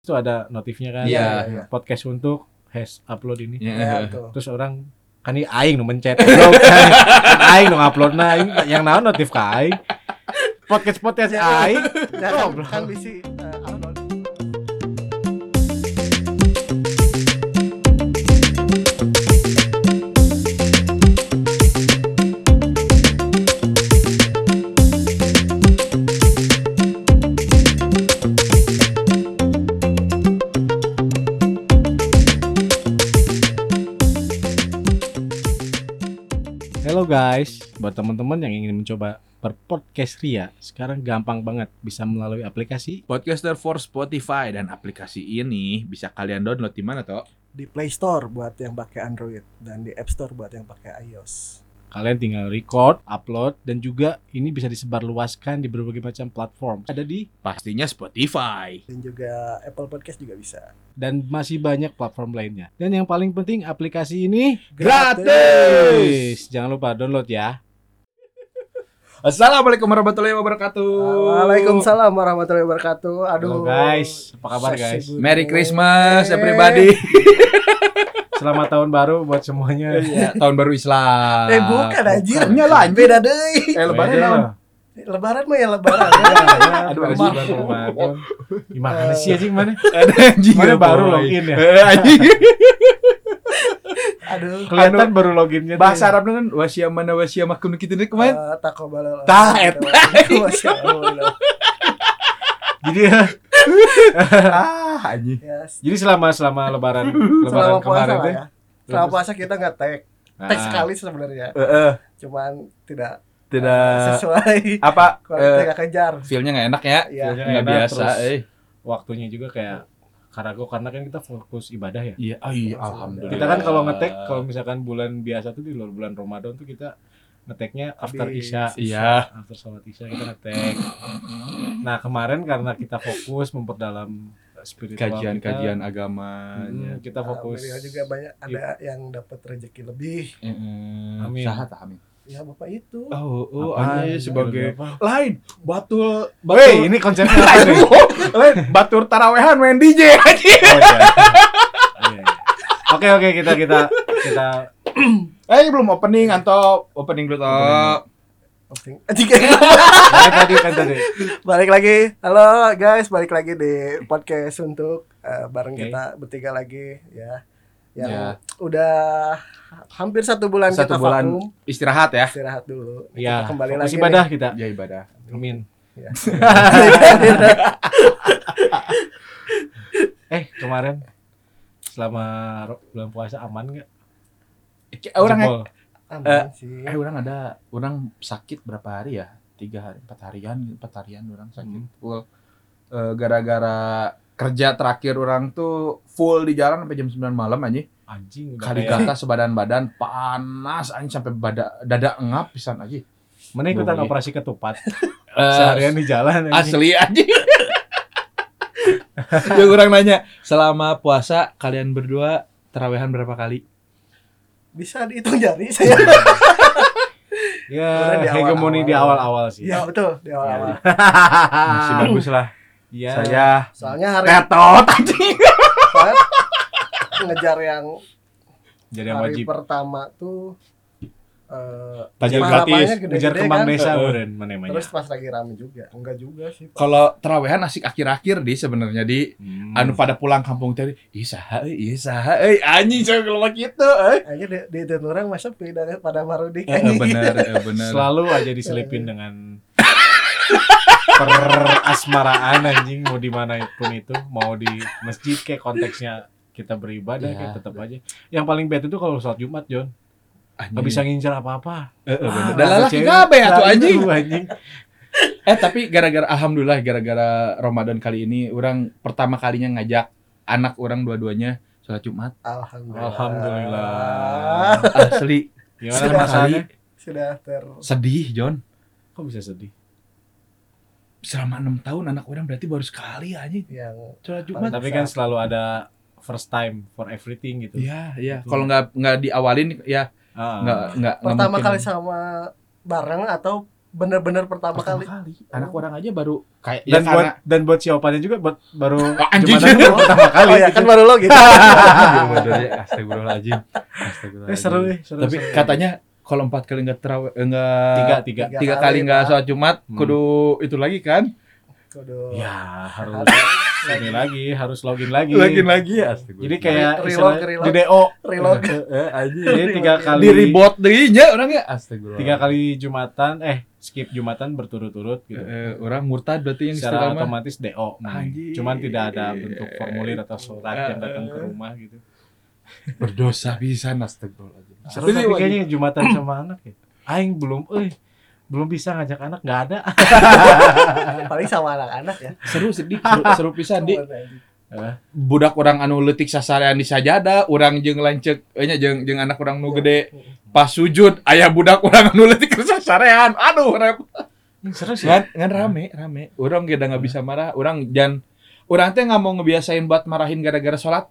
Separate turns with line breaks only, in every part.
tuh ada notifnya kan
Iya.
Ada podcast untuk has upload
Iya.
ini
Ya,
tuh.
terus orang kan ini aing nu mencet upload kan aing nu upload nah aing yang naon notif ka aing podcast podcast aing
Nah, kan-
Goblok.
kan bisi eh, Arnold.
Hello guys, buat teman-teman yang ingin mencoba berpodcast Ria, sekarang gampang banget bisa melalui aplikasi
Podcaster for Spotify dan aplikasi ini bisa kalian download di mana toh?
di Play Store buat yang pakai Android dan di App Store buat yang pakai iOS.
Kalian tinggal record, upload, dan juga ini bisa disebarluaskan di berbagai macam platform. Ada di
Pastinya Spotify.
Dan juga Apple Podcast juga bisa.
dan masih banyak platform lainnya. Dan yang paling penting aplikasi ini
Gratis.
gratis. Jangan lupa download ya.
Assalamualaikum warahmatullahi wabarakatuh.
Waalaikumsalam warahmatullahi wabarakatuh.
Halo
Aduh.
guys, apa kabar
Sexy
guys?
bunyi.
Merry Christmas everybody.
Selamat tahun baru buat semuanya.
Iya, tahun baru Islam.
Eh bukan anjir.
Nya lah, anjir.
Beda deh.
Eh lebaran
Beda
naon?
lah.
Lebaran mah ya lebaran.
Aduh, ada
Lebaran.
sih baru Ramadan. Gimana sih anjing mana?
Ada anjing.
Mana baru
boy.
login ya?
Eh, anjing.
Aduh.
Kelihatan baru loginnya. tuh.
Bahasa Arabnya kan wasia mana wasia makum kita nih kemarin.
Eh, Takobala.
Tah, eta.
Masya Allah.
Jadi ya,
Ah, anjing.
Yes.
jadi selama selama lebaran lebaran
Selama puasa
kemarin
lah
tuh. nah,
ya. Selama puasa kita nggak tag. Tag sekali sebenarnya.
Eh, eh,
Cuman tidak
tidak
sesuai.
apa
Kualitasnya
eh,
nggak kejar.
feel-nya nggak enak ya?
Iya.
Feel-nya
Nggak
enak,
biasa,
terus-
eh.
Waktunya juga kayak karago karena kan kita fokus ibadah ya.
Iya, oh iya, alhamdulillah.
Kita kan kalau ngetek kalau misalkan bulan biasa tuh di luar bulan Ramadan tuh kita ngeteknya after
Habis.
isya.
Iya.
After sholat isya kita ngetek. Nah kemarin karena kita fokus memperdalam eh, spiritual kita,
kajian-kajian
hmm,
agamanya.
kita fokus.
Alhamdulillah Iya. juga banyak ada yang dapat rezeki lebih.
Heeh.
Amin.
Saha tah, amin.
Ya bapak itu.
Oh, oh,
Apaan?
anjing sebagai
Berapa?
lain batul
Wey, ini konsepnya apa nih?
Aduh, lain batur tarawehan main DJ anjing.
Oh, iya. Iya, iya. Oke oke kita kita kita
Eh, belum opening atau opening
Opening.
dulu toh.
Opening. Jika-
Kan tadi kan tadi.
balik lagi. Halo guys, balik lagi di podcast untuk eh, bareng
Oke.
kita bertiga lagi ya. Yang
Ya.
udah hampir satu bulan
Satu
kita
bulan.
vakum.
Istirahat ya.
Istirahat dulu. Nah,
Ya,
Kita kembali
fokus
lagi.
ibadah kita.
Ya ibadah.
Amin.
Ya.
Eh, kemarin selama ro- bulan puasa aman nggak?
eh, Orang
Jempol.
Aman
Eh,
sih.
eh orang ada orang sakit berapa hari ya? Tiga hari, empat harian, empat harian orang sakit Hmm, full. Eh, gara-gara kerja terakhir orang tuh full di jalan sampai jam 9 malam anjing.
anjing udah
Kali
kayak
kata sebadan badan panas anjing sampai bada, dada engap pisan anjing.
mana ikutan
Bumi.
operasi ketupat
Eh,
seharian di jalan anjing.
Asli anjing. ya kurang nanya, selama puasa kalian berdua terawehan berapa kali?
Bisa dihitung jari saya.
Ya,
Iya, Di awal-awal.
hegemoni di awal-awal sih.
Iya betul di awal-awal.
Masih bagus lah.
Iya.
Saya
Soalnya hari
tetot anjing.
Soalnya ngejar yang
jadi yang
hari
wajib
pertama tuh eh
tajam
malamnya
gratis,
gede-gede
ngejar kembang
kan.
desa
Heeh.
meureun mana mana.
Terus pas lagi rame juga. Enggak juga sih. Pak.
Kalau terawehan asik akhir-akhir di sebenarnya di
Hmm.
anu pada pulang kampung tadi, ih saha euy, ih saha euy, anjing coy kalau gitu euy.
Aja di, di itu orang masa beda pada Marudi
Eh, eh, bener, eh, bener.
selalu aja diselipin dengan perasmaraan anjing mau di mana pun itu mau di masjid kayak konteksnya kita beribadah
Iya.
kayak tetap aja yang paling bete tuh kalau sholat jumat Jon nggak
Iya.
bisa ngincer apa apa
Eh, eh, bener.
Ah,
Dan lalaki
cewek.
kabeh atuh
Nah,
ya, anjing.
itu, anjing
Eh tapi gara-gara alhamdulillah gara-gara Ramadan kali ini orang pertama kalinya ngajak anak orang dua-duanya sholat Jumat.
Alhamdulillah.
Alhamdulillah.
Asli
gimana
Sudah
perasaannya
Sudah ter
sedih John.
kok bisa sedih
Selama enam tahun anak orang berarti baru sekali aja
yang
sholat Jumat.
Mantap.
tapi kan selalu ada first time for everything gitu
Iya iya. Kalau nggak nggak diawalin ya
Ah.
nggak nggak nggak
pertama
mungkin.
kali sama bareng atau bener-bener pertama
pertama kali
kali
anak orang aja baru kayak
dan
ya
buat
karena-
dan buat si opanya juga buat baru
Wah, anjing. iya,
Jumatan itu pertama kali Iya,
oh ya kan baru lo gitu
Astagfirullahaladzim
Astagfirullahaladzim.
Eh, seru nih seru
tapi
seru. Ya,
katanya kalau empat kali nggak terawih enggak
tiga tiga
Tiga
tiga
kali,
kali nggak
Pak.
sholat Jumat
Hmm.
kudu itu lagi kan
Aduh.
ya harus ini lagi harus login lagi
login lagi ya
Astagfirullah.
jadi kayak
Reload,
istilahnya
reload.
di do
Reload.
Eh, anjing. jadi tiga kali
di reboot dirinya orangnya
Astagfirullah.
tiga kali jumatan eh skip jumatan berturut-turut gitu
Eh, orang murtad berarti yang
secara
istilahnya
otomatis DO Mai.
Anjing.
cuman tidak ada bentuk formulir atau surat yang datang
Eh,
ke rumah gitu
berdosa bisa astagfirullah
seru tapi kayaknya jumatan sama anak ya aing belum eh belum bisa ngajak anak nggak ada
paling sama anak-anak ya
seru sedih seru, seru pisan di
Eh.
budak orang anu leutik sasarean di sajada urang jeung lancek eh, nya jeung jeung anak orang nu gede pas sujud aya budak orang anu leutik sasarean aduh rep
seru sih
ngan ngan rame rame orang gak nggak bisa marah orang dan orang teh nggak mau ngebiasain buat marahin gara-gara sholat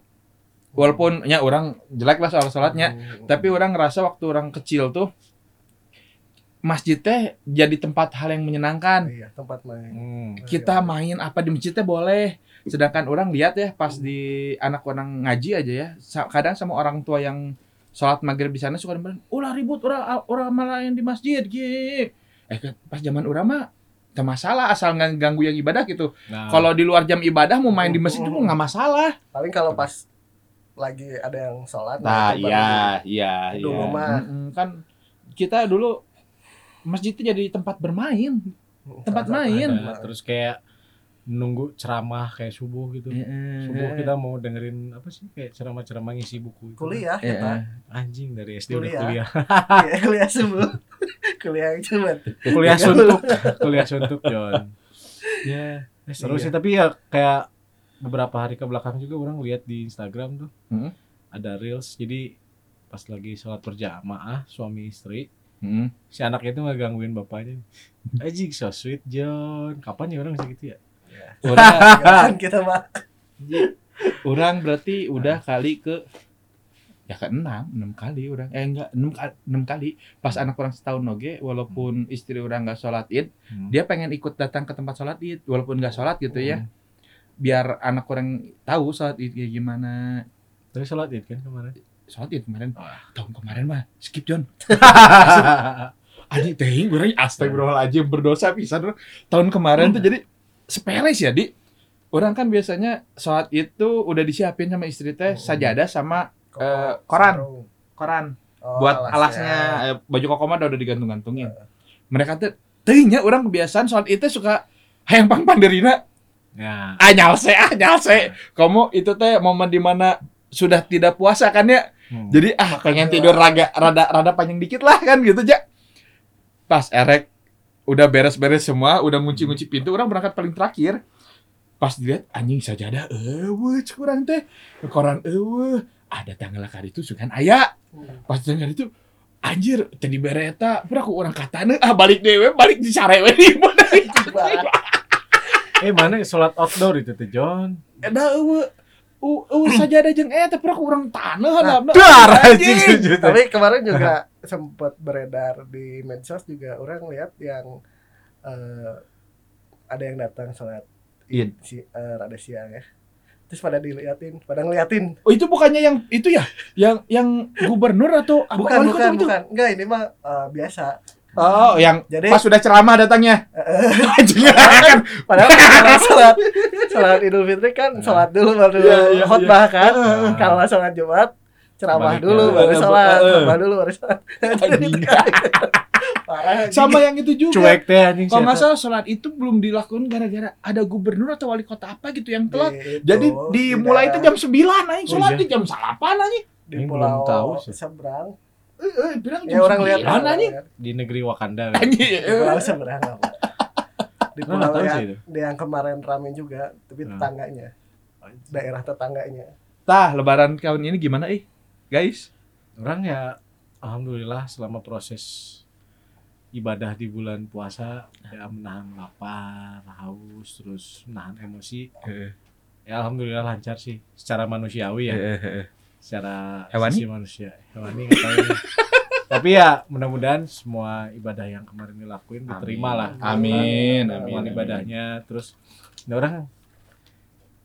walaupun nya orang jelek lah soal sholatnya
Oh.
tapi orang ngerasa waktu orang kecil tuh masjid teh jadi tempat hal yang menyenangkan
iya tempat main
Hmm.
kita main apa di masjid teh boleh sedangkan orang lihat ya pas di anak orang ngaji aja ya sa- kadang sama orang tua yang sholat maghrib di sana suka bilang ulah ribut orang orang malah yang di masjid gitu eh kan, pas zaman orang mah tak masalah asal nggak ganggu yang ibadah gitu
Nah,
kalau di luar jam ibadah mau main di masjid
Hmm.
itu nggak masalah
paling kalau pas lagi ada yang sholat
nah
itu baru
iya iya
di
iya
rumah.
Nah.
Mm-mm, kan kita dulu masjid itu jadi tempat bermain tempat
Sama-sama.
main.
ada. terus kayak nunggu ceramah kayak subuh gitu
Iya.
subuh kita mau dengerin apa sih kayak ceramah-ceramah ngisi buku itu.
kuliah kita
Iya.
anjing dari SD udah kuliah
Kuliah. Iya, kuliah semua kuliah yang cuma
kuliah suntuk kuliah suntuk John ya seru
Iya.
sih tapi ya kayak beberapa hari ke belakang juga orang lihat di Instagram tuh
Mm.
ada reels jadi pas lagi sholat berjamaah suami istri
Mm-mm.
si anak itu ngegangguin bapaknya Ajik so sweet John kapan ya orang bisa gitu ya
Orang-
kan kita mah
Orang berarti udah kali ke Nah. ya ke enam enam kali orang eh enggak enam ka- enam kali pas anak orang setahun oge walaupun istri orang nggak sholat id
Hmm.
dia pengen ikut datang ke tempat sholat id walaupun nggak sholat Mm-hmm. gitu ya
Mm-hmm.
biar anak orang tahu sholat id kayak gimana
tapi sholat id kan kemarin
sholat id kemarin
Ah.
tahun kemarin mah skip John anjing teh orang astagfirullahaladzim berdosa pisan orang. tahun kemarin tuh jadi sepele sih ya di orang kan biasanya sholat id tuh udah disiapin sama istri teh
Hmm.
sajadah sama Eh, koran. koran
Oh,
buat alasnya eh, baju kokoh mah udah digantung-gantungin. Mereka tuh teuingnya orang kebiasaan soal itu suka hayang pang panderina
ya
ah nyalse ah nyalse. Kamu itu teh momen dimana sudah tidak puasa kan ya.
Hmm.
Jadi ah pengen tidur raga rada rada panjang dikit lah kan gitu ja. Pas erek udah beres-beres semua, udah ngunci-ngunci pintu, orang berangkat paling terakhir. Pas dilihat anjing sajadah eueuh kurang teh. Koran eueuh ada tanggal kali itu sukan aya pas dengar itu anjir tadi bereta pura aku orang katana ah balik dewe balik di sarewe di mana
eh mana sholat outdoor itu tuh John
ada eueuh u u saja ada jeung eta pura aku orang tanah
Nah,
nah,
dar anjing
anjing
sujud.
tapi kemarin juga sempat beredar di medsos juga orang lihat yang eh, ada yang datang sholat
Id.
si eh, rada siang ya terus pada diliatin pada ngeliatin
oh itu bukannya yang itu ya yang yang gubernur atau apa
bukan
wali kota
bukan
itu?
bukan enggak ini mah eh, biasa
oh yang
jadi
pas sudah ceramah datangnya anjing kan
padahal kalau sholat sholat idul fitri kan
Nah.
sholat dulu baru
Iya, iya,
khotbah kan
Ah.
kalau sholat jumat ceramah
Balik,
dulu
ya.
baru
Eh,
sholat
eh.
khotbah dulu baru sholat
Anjing.
kan- parah anjing.
sama yang itu juga
cuek teh anjing
kalau nggak
siapa.
salah sholat itu belum dilakukan gara-gara ada gubernur atau wali kota apa gitu yang telat
Gitu,
Jadi dimulai itu
tidak.
jam 9 aing
Oh,
sholat
iya.
di jam 8 aing.
di
Ini belum
pulau
tahu sih.
seberang
Eh, eh, bilang
ya orang lihat Iya,
Mana anjing?
di negeri Wakanda kan?
Anjing. eh.
di pulau seberang apa di
Lo nggak
pulau
Nah, tahu sih
yang,
itu
yang kemarin rame juga tapi
Hmm.
tetangganya daerah tetangganya
Tah, lebaran tahun ini gimana ih? Guys.
orang ya alhamdulillah selama proses ibadah di bulan puasa ya menahan lapar haus terus menahan emosi
Iya.
ya alhamdulillah lancar sih
Eh,
secara manusiawi ya secara
Hewani?
sisi manusia hewani nggak tahu nih. Tapi ya mudah-mudahan semua ibadah yang kemarin dilakuin diterima lah.
Amin,
Amal
amin. amin.
ibadahnya terus nah orang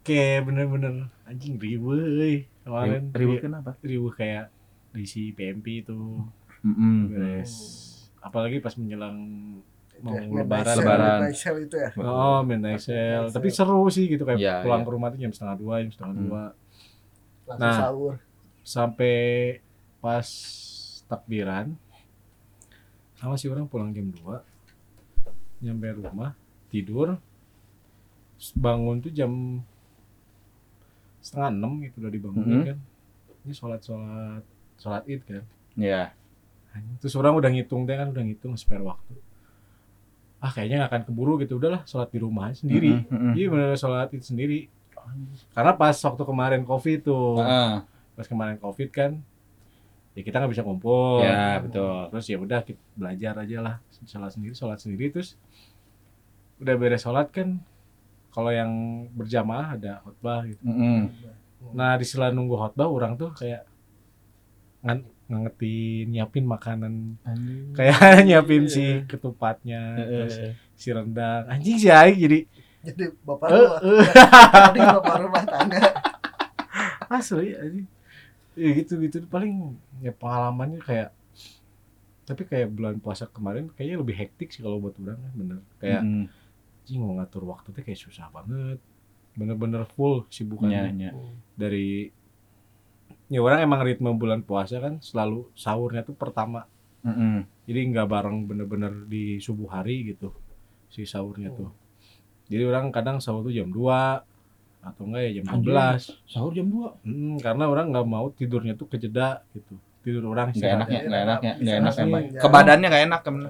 kayak bener-bener anjing riweuh kemarin
Ribut kenapa?
riweuh kayak di si PMP itu.
Mm-mm.
Beres. Oh. Apalagi pas menjelang mau
Midnight
lebaran.
sale,
Lebaran.
midnight sale itu ya
Oh, midnight sale. Tapi seru sih gitu kayak
Iya,
pulang
iya.
ke rumah tuh jam setengah dua, jam setengah
Hmm.
dua
langsung
Nah.
sahur
sampai pas takbiran sama si orang pulang jam 2 nyampe rumah tidur Terus bangun tuh jam setengah enam gitu udah dibangunin
Mhm.
kan ini sholat sholat sholat id kan
Ya.
Anjing. terus orang udah ngitung deh kan udah ngitung spare waktu ah kayaknya nggak akan keburu gitu udahlah sholat di rumah aja sendiri
Mm-mm, mm-mm.
iya bener sholat id sendiri karena pas waktu kemarin covid tuh
Ah,
pas kemarin covid kan ya kita nggak bisa kumpul
Ya, betul.
terus ya udah kita belajar aja lah sholat sendiri sholat sendiri terus udah beres sholat kan kalau yang berjamaah ada khotbah gitu
Mm-mm.
nah di sela nunggu khotbah orang tuh kayak ngan- ngangetin nyiapin makanan kayak nyiapin si ketupatnya
Iya,
terus si rendang anjing sih Aik jadi
jadi bapak
Eh,
rumah
eh.
tadi bapak rumah tangga
asli anjing ya gitu gitu paling ya pengalamannya kayak tapi kayak bulan puasa kemarin kayaknya lebih hektik sih kalau buat orang bener kayak
Mm-mm.
anjing mau ngatur waktu tuh kayak susah banget bener-bener full
Nya,
sibukannya
nya.
dari ya orang emang ritme bulan puasa kan selalu sahurnya tuh pertama
Mm-mm.
jadi nggak bareng bener-bener di subuh hari gitu si sahurnya tuh jadi orang kadang sahur tuh jam 2 atau enggak ya jam
Anjing.
12
Sahur jam 2.
Hmm, karena orang nggak mau tidurnya tuh kejeda gitu. Tidur orang
Enggak
istirahat.
enaknya, enggak enaknya, enggak enak
Bisa
emang.
sih,
Ke badannya enggak enak emang.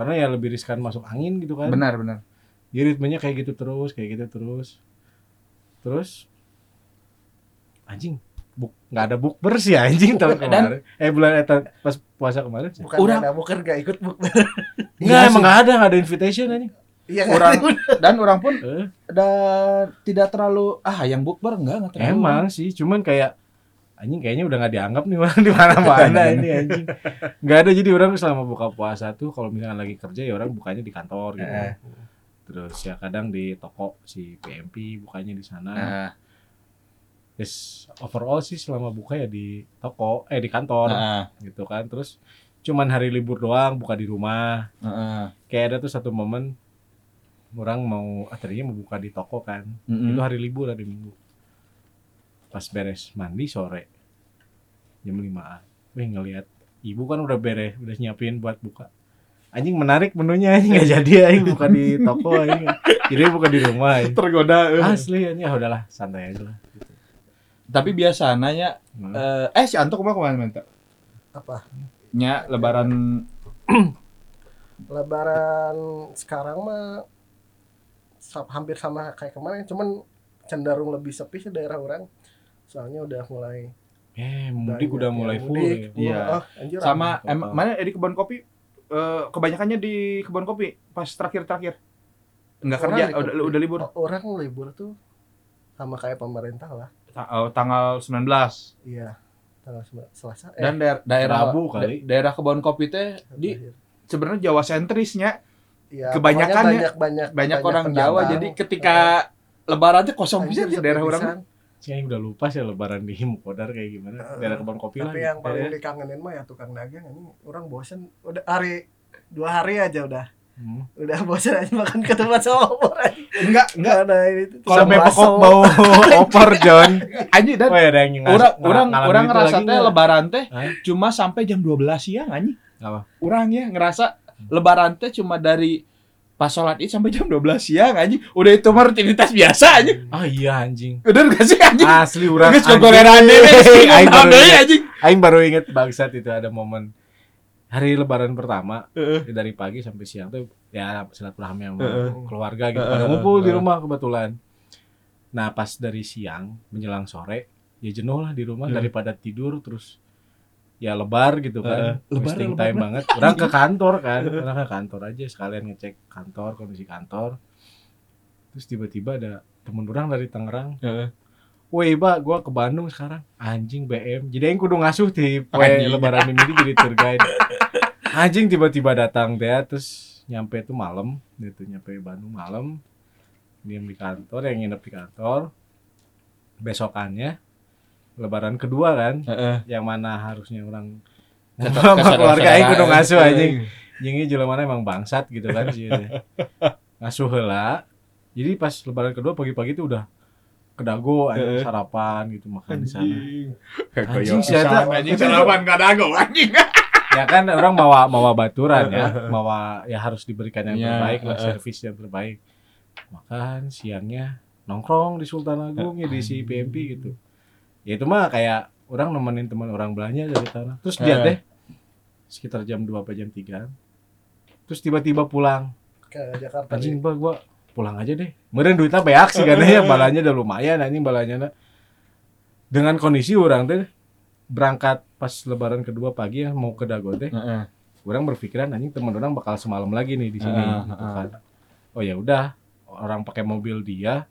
Karena ya lebih riskan masuk angin gitu kan.
Benar, benar.
Jadi ritmenya kayak gitu terus, kayak gitu terus. Terus anjing buk nggak ada bukber sih anjing tahun
Dan-
kemarin. Eh bulan eh, tahun- pas puasa kemarin. sih.
bukan
Orang-
ada bukan gak ikut bukber
Enggak
Iya
emang
sih.
nggak ada, nggak ada invitation anjing.
iya nggak?
Orang dan orang pun
Eh,
dan tidak terlalu ah yang bukber enggak enggak terlalu.
emang sih, cuman kayak anjing kayaknya udah nggak dianggap nih orang di mana-mana ini anjing. Nggak ada jadi orang selama buka puasa tuh kalau misalnya lagi kerja ya orang bukanya di kantor gitu.
Eh.
terus ya kadang di toko si PMP bukanya di sana
Nah,
terus overall sih selama buka ya di toko eh di kantor
nah,
gitu kan terus cuman hari libur doang buka di rumah
nah,
kayak ada tuh satu momen orang mau akhirnya mau buka di toko kan
Mm-mm.
itu hari libur hari minggu pas beres mandi sore jam 5an weh ngelihat ibu kan udah beres udah nyiapin buat buka anjing menarik menunya anjing nggak jadi anjing buka di toko anjing jadi buka di rumah anjing.
tergoda. eh.
asli anjing ah, udahlah santai aja lah
Tapi biasanya ya,
Nah,
eh, eh si Anto kemana kemana Anto?
apa
Nya lebaran
lebaran sekarang mah sa- hampir sama kayak kemarin cuman cenderung lebih sepi sih daerah orang soalnya udah mulai
eh mudik udah mulai
ya,
full
mudik,
ya.
full.
Iya.
Oh, anjir,
sama
Apa?
em- mana di kebun kopi eh, kebanyakannya di kebun kopi pas terakhir-terakhir nggak
Orang
kerja
di
udah,
kebun-
udah libur
o- orang libur tuh sama kayak pemerintah lah
Ta- eh, tanggal 19
iya tanggal sema- selasa eh,
dan daer- daerah
Rabu kali.
da- daerah kebun kopi teh di
terakhir.
sebenarnya Jawa sentrisnya
Iya,
kebanyakan ya,
banyak banyak Iya.
banyak orang Jawa jadi ketika lebaran tuh kosong bisa di daerah orang
sih anjing udah lupa sih lebaran di Himkodar kayak gimana
Eh,
daerah kebun kopi lah
tapi
gitu.
yang paling
Eh,
dikangenin mah ya tukang dagang ini orang bosen udah hari dua hari aja udah
hmm.
udah bosen aja makan ke tempat sama orang
enggak enggak
ada ini tuh
Kalau
sampai
bakso.
pokok bau opor John
anjing dan
oh ya ada yang ngas-
orang
ngal-
orang
ngalamin
orang
itu
ngerasa
lagi
teh
nggak?
lebaran teh
Hah?
cuma sampai jam 12 siang anjing.
Apa? Hmm.
Orang ya ngerasa lebaran teh cuma dari pas sholat id sampai jam 12 siang anjing. Udah itu mah rutinitas biasa anjing.
ah iya anjing
Udah gak sih anjing?
asli orang
Geus
Ah, anjing.
gogoleran deui sih.
Aing
Naon
baru
deui,
ingat.
anjing.
Aing baru inget bangsat itu ada momen hari lebaran pertama
Heeh.
ya dari pagi sampai siang tuh ya silaturahmi sama
Heeh.
keluarga gitu
Heeh,
pada
heeh,
ngumpul di
heeh.
rumah kebetulan nah pas dari siang menjelang sore ya jenuh lah di rumah
Heeh.
daripada tidur terus ya lebar gitu kan
Heeh. Lebar,
wasting
lebar
time banget orang ke kantor kan orang ke kantor aja sekalian ngecek kantor kondisi kantor terus tiba-tiba ada temen orang dari Tangerang Woi, ba, gua ke Bandung sekarang. Anjing BM. Jadi yang kudu ngasuh di poe
Anjing.
lebaran ini jadi tour guide. Anjing tiba-tiba datang deh terus nyampe tuh malam, gitu nyampe Bandung malam. Diam di kantor, yang nginep di kantor. Besokannya lebaran kedua kan,
Heeh.
yang mana harusnya orang
Ketok-
sama keluarga
kesadaraan.
aing kudu ngasuh anjing. Jingi jelema mana emang bangsat gitu kan sih. Ngasuh heula. Jadi pas lebaran kedua pagi-pagi tuh udah ke dago anjing,
Heeh.
sarapan gitu makan di sana.
Anjing.
Anjing
Anjing
si Eta.
anjing sarapan kada dago anjing.
Ya kan orang bawa bawa baturan ya, bawa ya harus diberikan yang
Iya,
terbaik lah,
heeh.
servis yang terbaik. Makan siangnya nongkrong di Sultan Agung ya di si PMP gitu. Ya itu mah kayak orang nemenin teman orang belanja dari tanah. Terus dia
Heeh.
deh sekitar jam 2 apa jam 3 Terus tiba-tiba pulang
ke Jakarta
ya.
anjing bah gua pulang aja deh meren duitnya banyak sih karena ya balanya udah lumayan anjing balanya na. dengan kondisi orang teh berangkat pas lebaran kedua pagi ya mau ke Dago teh
Heeh.
orang berpikiran anjing teman orang bakal semalam lagi nih di sini
Ah,
gitu kan. oh ya udah orang pakai mobil dia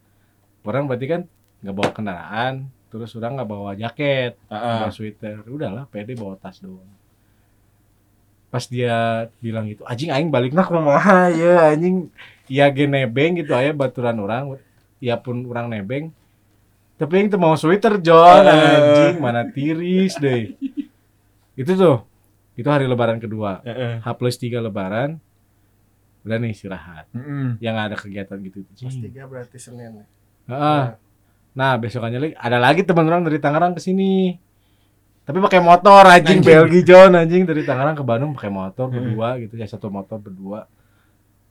orang berarti kan nggak bawa kendaraan terus orang nggak bawa jaket
Heeh.
bawa sweater udahlah pede bawa tas doang pas dia bilang gitu anjing aing balik nak kumaha ya anjing ya ge nebeng gitu aya baturan orang ya pun orang nebeng tapi yang teu mau sweater John
Eh.
anjing mana tiris deh itu tuh itu hari lebaran kedua
Heeh.
H plus 3 lebaran udah nih istirahat
Heeh.
yang ada kegiatan gitu
Plus
Cing.
tiga berarti Senin
Heeh.
Iya.
Nah, besokannya lagi ada lagi teman orang dari Tangerang ke sini. Tapi pakai motor anjing,
Anjing.
Belgi John anjing dari Tangerang ke Bandung pakai motor
Hmm.
berdua gitu ya satu motor berdua.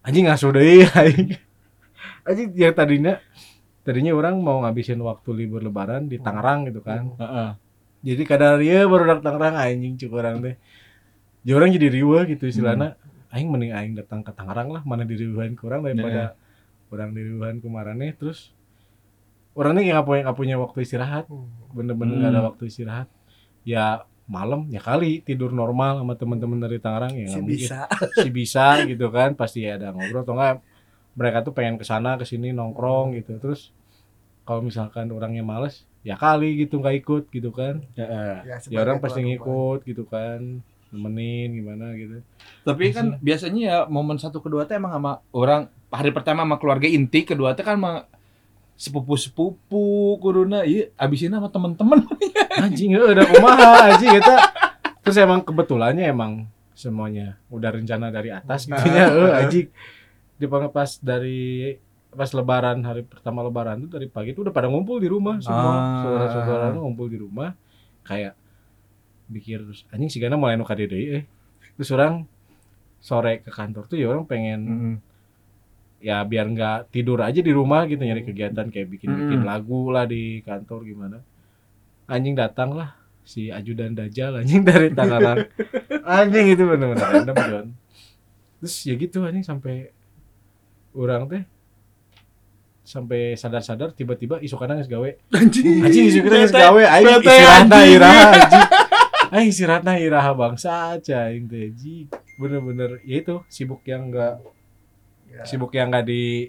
Anjing ngasuh deui anjing. Anjing yang tadinya tadinya orang mau ngabisin waktu libur lebaran di Tangerang gitu kan.
Heeh.
Jadi kadang dia baru datang Tangerang anjing cuk orang teh. Jadi orang jadi riweuh gitu istilahnya. Aing mending aing datang ke Tangerang lah mana diriuhan kurang daripada orang diriuhan kemarannya terus orangnya kayak nggak punya nggak punya waktu istirahat
Hmm.
bener-bener
Hmm.
nggak ada waktu istirahat ya malam ya kali tidur normal sama teman-teman dari Tangerang ya nggak
Si
mungkin
bisa
si bisa gitu kan pasti ada ngobrol atau enggak mereka tuh pengen kesana kesini nongkrong gitu terus kalau misalkan orangnya males ya kali gitu nggak ikut gitu kan
Heeh.
ya orang pasti
sebagai tuan rumah.
ngikut gitu kan nemenin gimana gitu
Tapi kan biasanya ya momen satu kedua teh emang sama orang hari pertama sama keluarga inti, kedua teh kan sama sepupu-sepupu kuduna iya abisin sama temen-temen
anjing eh, udah kumaha anjing kita terus emang kebetulannya emang semuanya udah rencana dari atas gitu ya eh, anjing dipanggil pas dari pas lebaran hari pertama lebaran tuh dari pagi tuh udah pada ngumpul di rumah semua
Ah.
saudara-saudara tuh ngumpul di rumah kayak pikir terus anjing si Gana mulai nuka dede eh terus orang sore ke kantor tuh ya orang pengen ya biar nggak tidur aja di rumah gitu nyari kegiatan kayak bikin-bikin
Mm.
lagu lah di kantor gimana anjing datang lah si ajudan dajal anjing dari Tangerang anjing itu bener-bener random John terus ya gitu anjing sampai orang teh sampai sadar-sadar tiba-tiba isukan nangis gawe
anjing Iya,
anjing isukan nangis gawe aing
bete,
istirahatna
anjing.
iraha anjing aing istirahatna iraha bangsa aja aing teh anjing. bener-bener ya itu sibuk yang enggak
Ya.
sibuk yang nggak di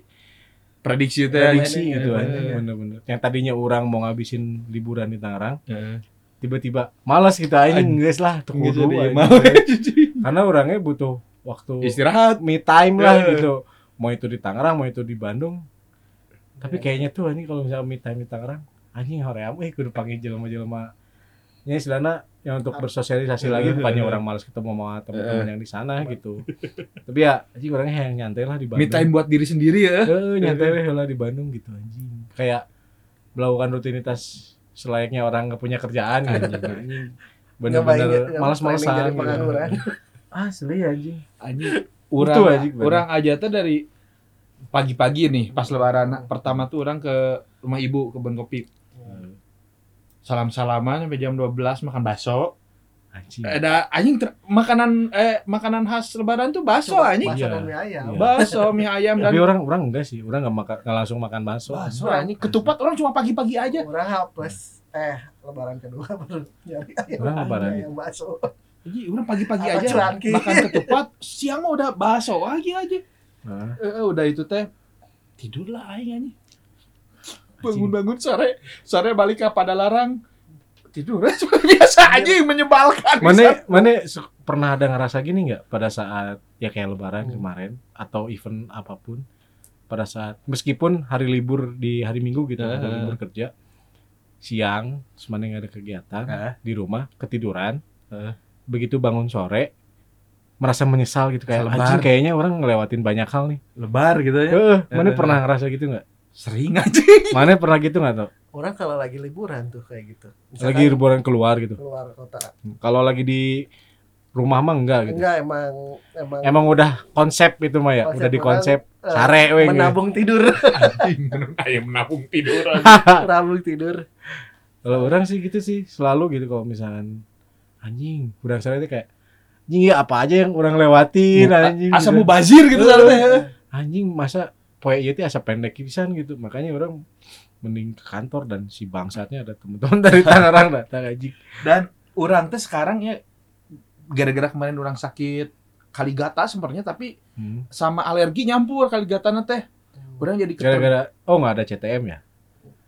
prediksi teh
prediksi
iya,
gitu
iya,
anjing,
iya.
bener-bener yang tadinya orang mau ngabisin liburan di Tangerang
Heeh.
tiba-tiba malas kita anjing guys lah tuh
Nggak
kudu,
jadi
anjing.
mau. iya.
karena orangnya butuh waktu
istirahat
me time lah
Iya.
gitu mau itu di Tangerang mau itu di Bandung
Iya.
tapi kayaknya tuh anjing kalau misalnya me time di Tangerang anjing hoream eh kudu panggil jelema-jelema ya istilahnya yang untuk bersosialisasi lagi bukannya orang malas ketemu sama teman-teman yang di sana gitu tapi ya anjing orangnya yang nyantai lah di Bandung
me time buat diri sendiri ya
Eh, nyantai weh lah di Bandung gitu anjing. Kayak melakukan rutinitas selayaknya orang nggak punya kerjaan gitu. anjing.
Nyobain-
Bener-bener
nyobain jadi ya.
malas-malasan. gitu.
pengangguran.
Asli anjing.
anjing
Itu
orang
anjing, bener.
orang aja teh dari pagi-pagi nih pas lebaran pertama tuh orang ke rumah ibu kebun kopi
Hmm.
salam-salaman sampai jam 12 makan bakso
Anjing.
ada anjing ter- makanan eh makanan khas lebaran tuh bakso
Coba
anjing
Bakso
Iya.
dan mie ayam.
Iya.
bakso mie ayam dan
Tapi orang orang enggak sih, orang nggak makan nggak langsung makan bakso.
Bakso.
Wah, anjing ketupat orang cuma pagi-pagi
Iya.
aja
Orang H plus eh lebaran kedua baru nyari ayam.
Orang lebaran
ayam bakso.
Anjing, orang pagi-pagi
Apa
aja
cuanki?
makan ketupat siang mah udah bakso lagi aja
Nah,
Eh, eh, udah itu teh tidurlah aing anjing bangun-bangun sore sore balik ke pada larang tidur cuma biasa aja yang menyebalkan
Mana mana su- pernah ada ngerasa gini nggak pada saat ya kayak lebaran
Hmm.
kemarin atau event apapun pada saat meskipun hari libur di hari Minggu gitu
Ah.
ada libur kerja siang semana nggak ada kegiatan
Ah.
di rumah ketiduran
Ah.
begitu bangun sore merasa menyesal gitu kayak
Sabar.
anjing kayaknya orang ngelewatin banyak hal nih.
lebar gitu ya
Heeh, mana
Ah.
pernah ngerasa gitu nggak?
sering aja
Mana pernah gitu nggak tuh?
orang kalau lagi liburan tuh kayak gitu
Lagi
Misalkan
liburan keluar gitu.
keluar kota
Kalau lagi di rumah mah enggak gitu.
enggak emang emang
Emang udah konsep itu mah ya,
Konsep
udah di
orang,
konsep
eh,
sare we. gitu.
menabung tidur
ayam menabung tiduran
menabung tidur
Kalau orang sih gitu sih, selalu gitu kalau misalkan anjing, udah sare itu kayak anjing ya apa aja yang orang lewatin anjing.
asam
gitu.
mubazir gitu
Eh.
soalnya
Anjing masa poe ieu teh asa pendek pisan gitu. Makanya orang mending ke kantor dan si bangsatnya ada teman-teman dari Tangerang datang anjing.
dan orang tuh sekarang ya gara-gara kemarin orang sakit kaligata sebenarnya tapi
Hmm.
sama alergi nyampur kaligata teh orang jadi keter-
Gara-gara oh nggak ada CTM ya?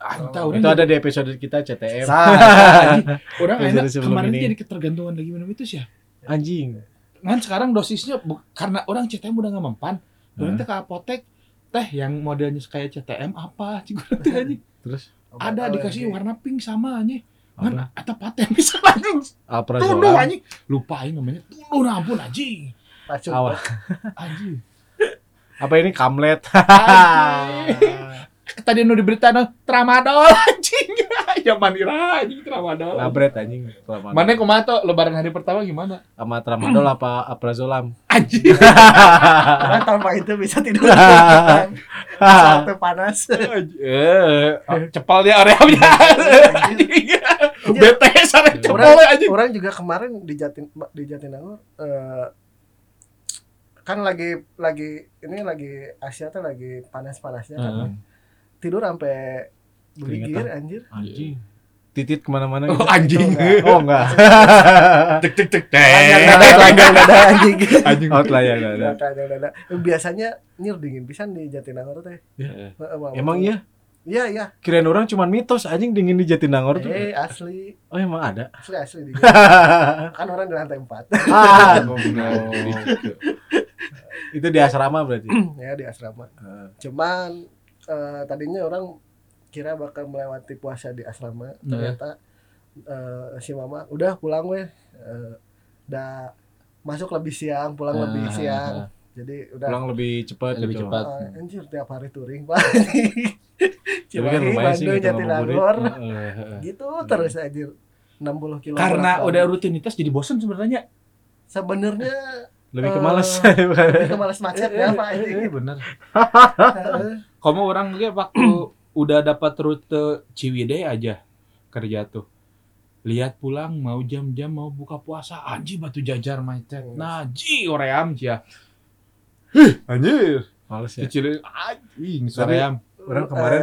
ah, entah, orang
Itu ada di episode kita CTM.
Sah, sah, anjing. orang
Episode
enak
sebelum
kemarin
ini.
jadi ketergantungan lagi minum itu sih ya.
Anjing.
kan sekarang dosisnya bu- karena orang CTM udah nggak mempan orang
Hmm. Nah,
teh ke apotek teh yang modelnya kayak CTM apa cik orang teh anjing.
Terus
Obat
ada dikasih
alergi.
warna pink sama anjing kan
apa?
atau paten bisa anjing tunduh
Alprazolam.
anjing lupa anjing namanya tunduh nah ampun anjing
Racun.
Awal.
anjing
Apa ini kamlet?
Anjing. tadi nu diberita no tramadol anjing zaman ira anjing tramadol
Labret anjing. Tramadol.
mana kumaha tuh lebaran hari pertama gimana
sama tramadol apa aprazolam?
anjing
Orang tanpa itu bisa tidur Orang Sampai panas
eh cepal dia areanya anjing bete sare cepal
Orang-
anjing
orang juga kemarin di Jatin di Jatinangor eh, kan lagi lagi ini lagi Asia tuh lagi panas-panasnya kan
Heeh.
tidur sampai bergigir anjir
Anjing. Titit kemana-mana
Oh,
gitu.
anjing
Oh enggak.
tek tek tek
Eh.
tek
Telanjang dada, telanjang dada, anjing
anjing
Out lah ya enggak ada.
Telanjang dada. biasanya nyir dingin pisan di Jatinangor teh Heeh, mah.
Emang iya?
iya iya
Kirain orang cuman mitos anjing dingin di Jatinangor tuh.
eh asli
Oh emang ada.
asli asli dingin kan orang di lantai empat
Ah, itu di asrama berarti.
ya di asrama
Eh,
cuman eh, tadinya orang kira bakal melewati puasa di asrama
Hmm.
ternyata eh, si mama udah pulang weh Eh, udah masuk lebih siang pulang lebih siang jadi udah
Hmm. Pulang lebih cepat
Lebih
gitu.
cepat.
eh, anjir tiap hari touring pak
Tapi kan
Cimahi,
lumayan sih Hmm.
Bandung,
kita ngabuburit.
Jatinangor
Heeh, heeh.
gitu terus anjir 60 kilo
karena
bolak-balik.
udah rutinitas jadi bosen sebenarnya
sebenarnya
Lebih
Eh,
ke malas.
lebih ke malas
Iya,
macet ya pak anjing
bener
Heeh.
kamu orang kayak waktu udah dapat rute Ciwidey aja kerja tuh lihat pulang mau jam-jam mau buka puasa anji batu jajar macet nah ji ya. oream cia Hih, anjir
Malas ya.
kecil anjing
soream.
soream
Orang kemarin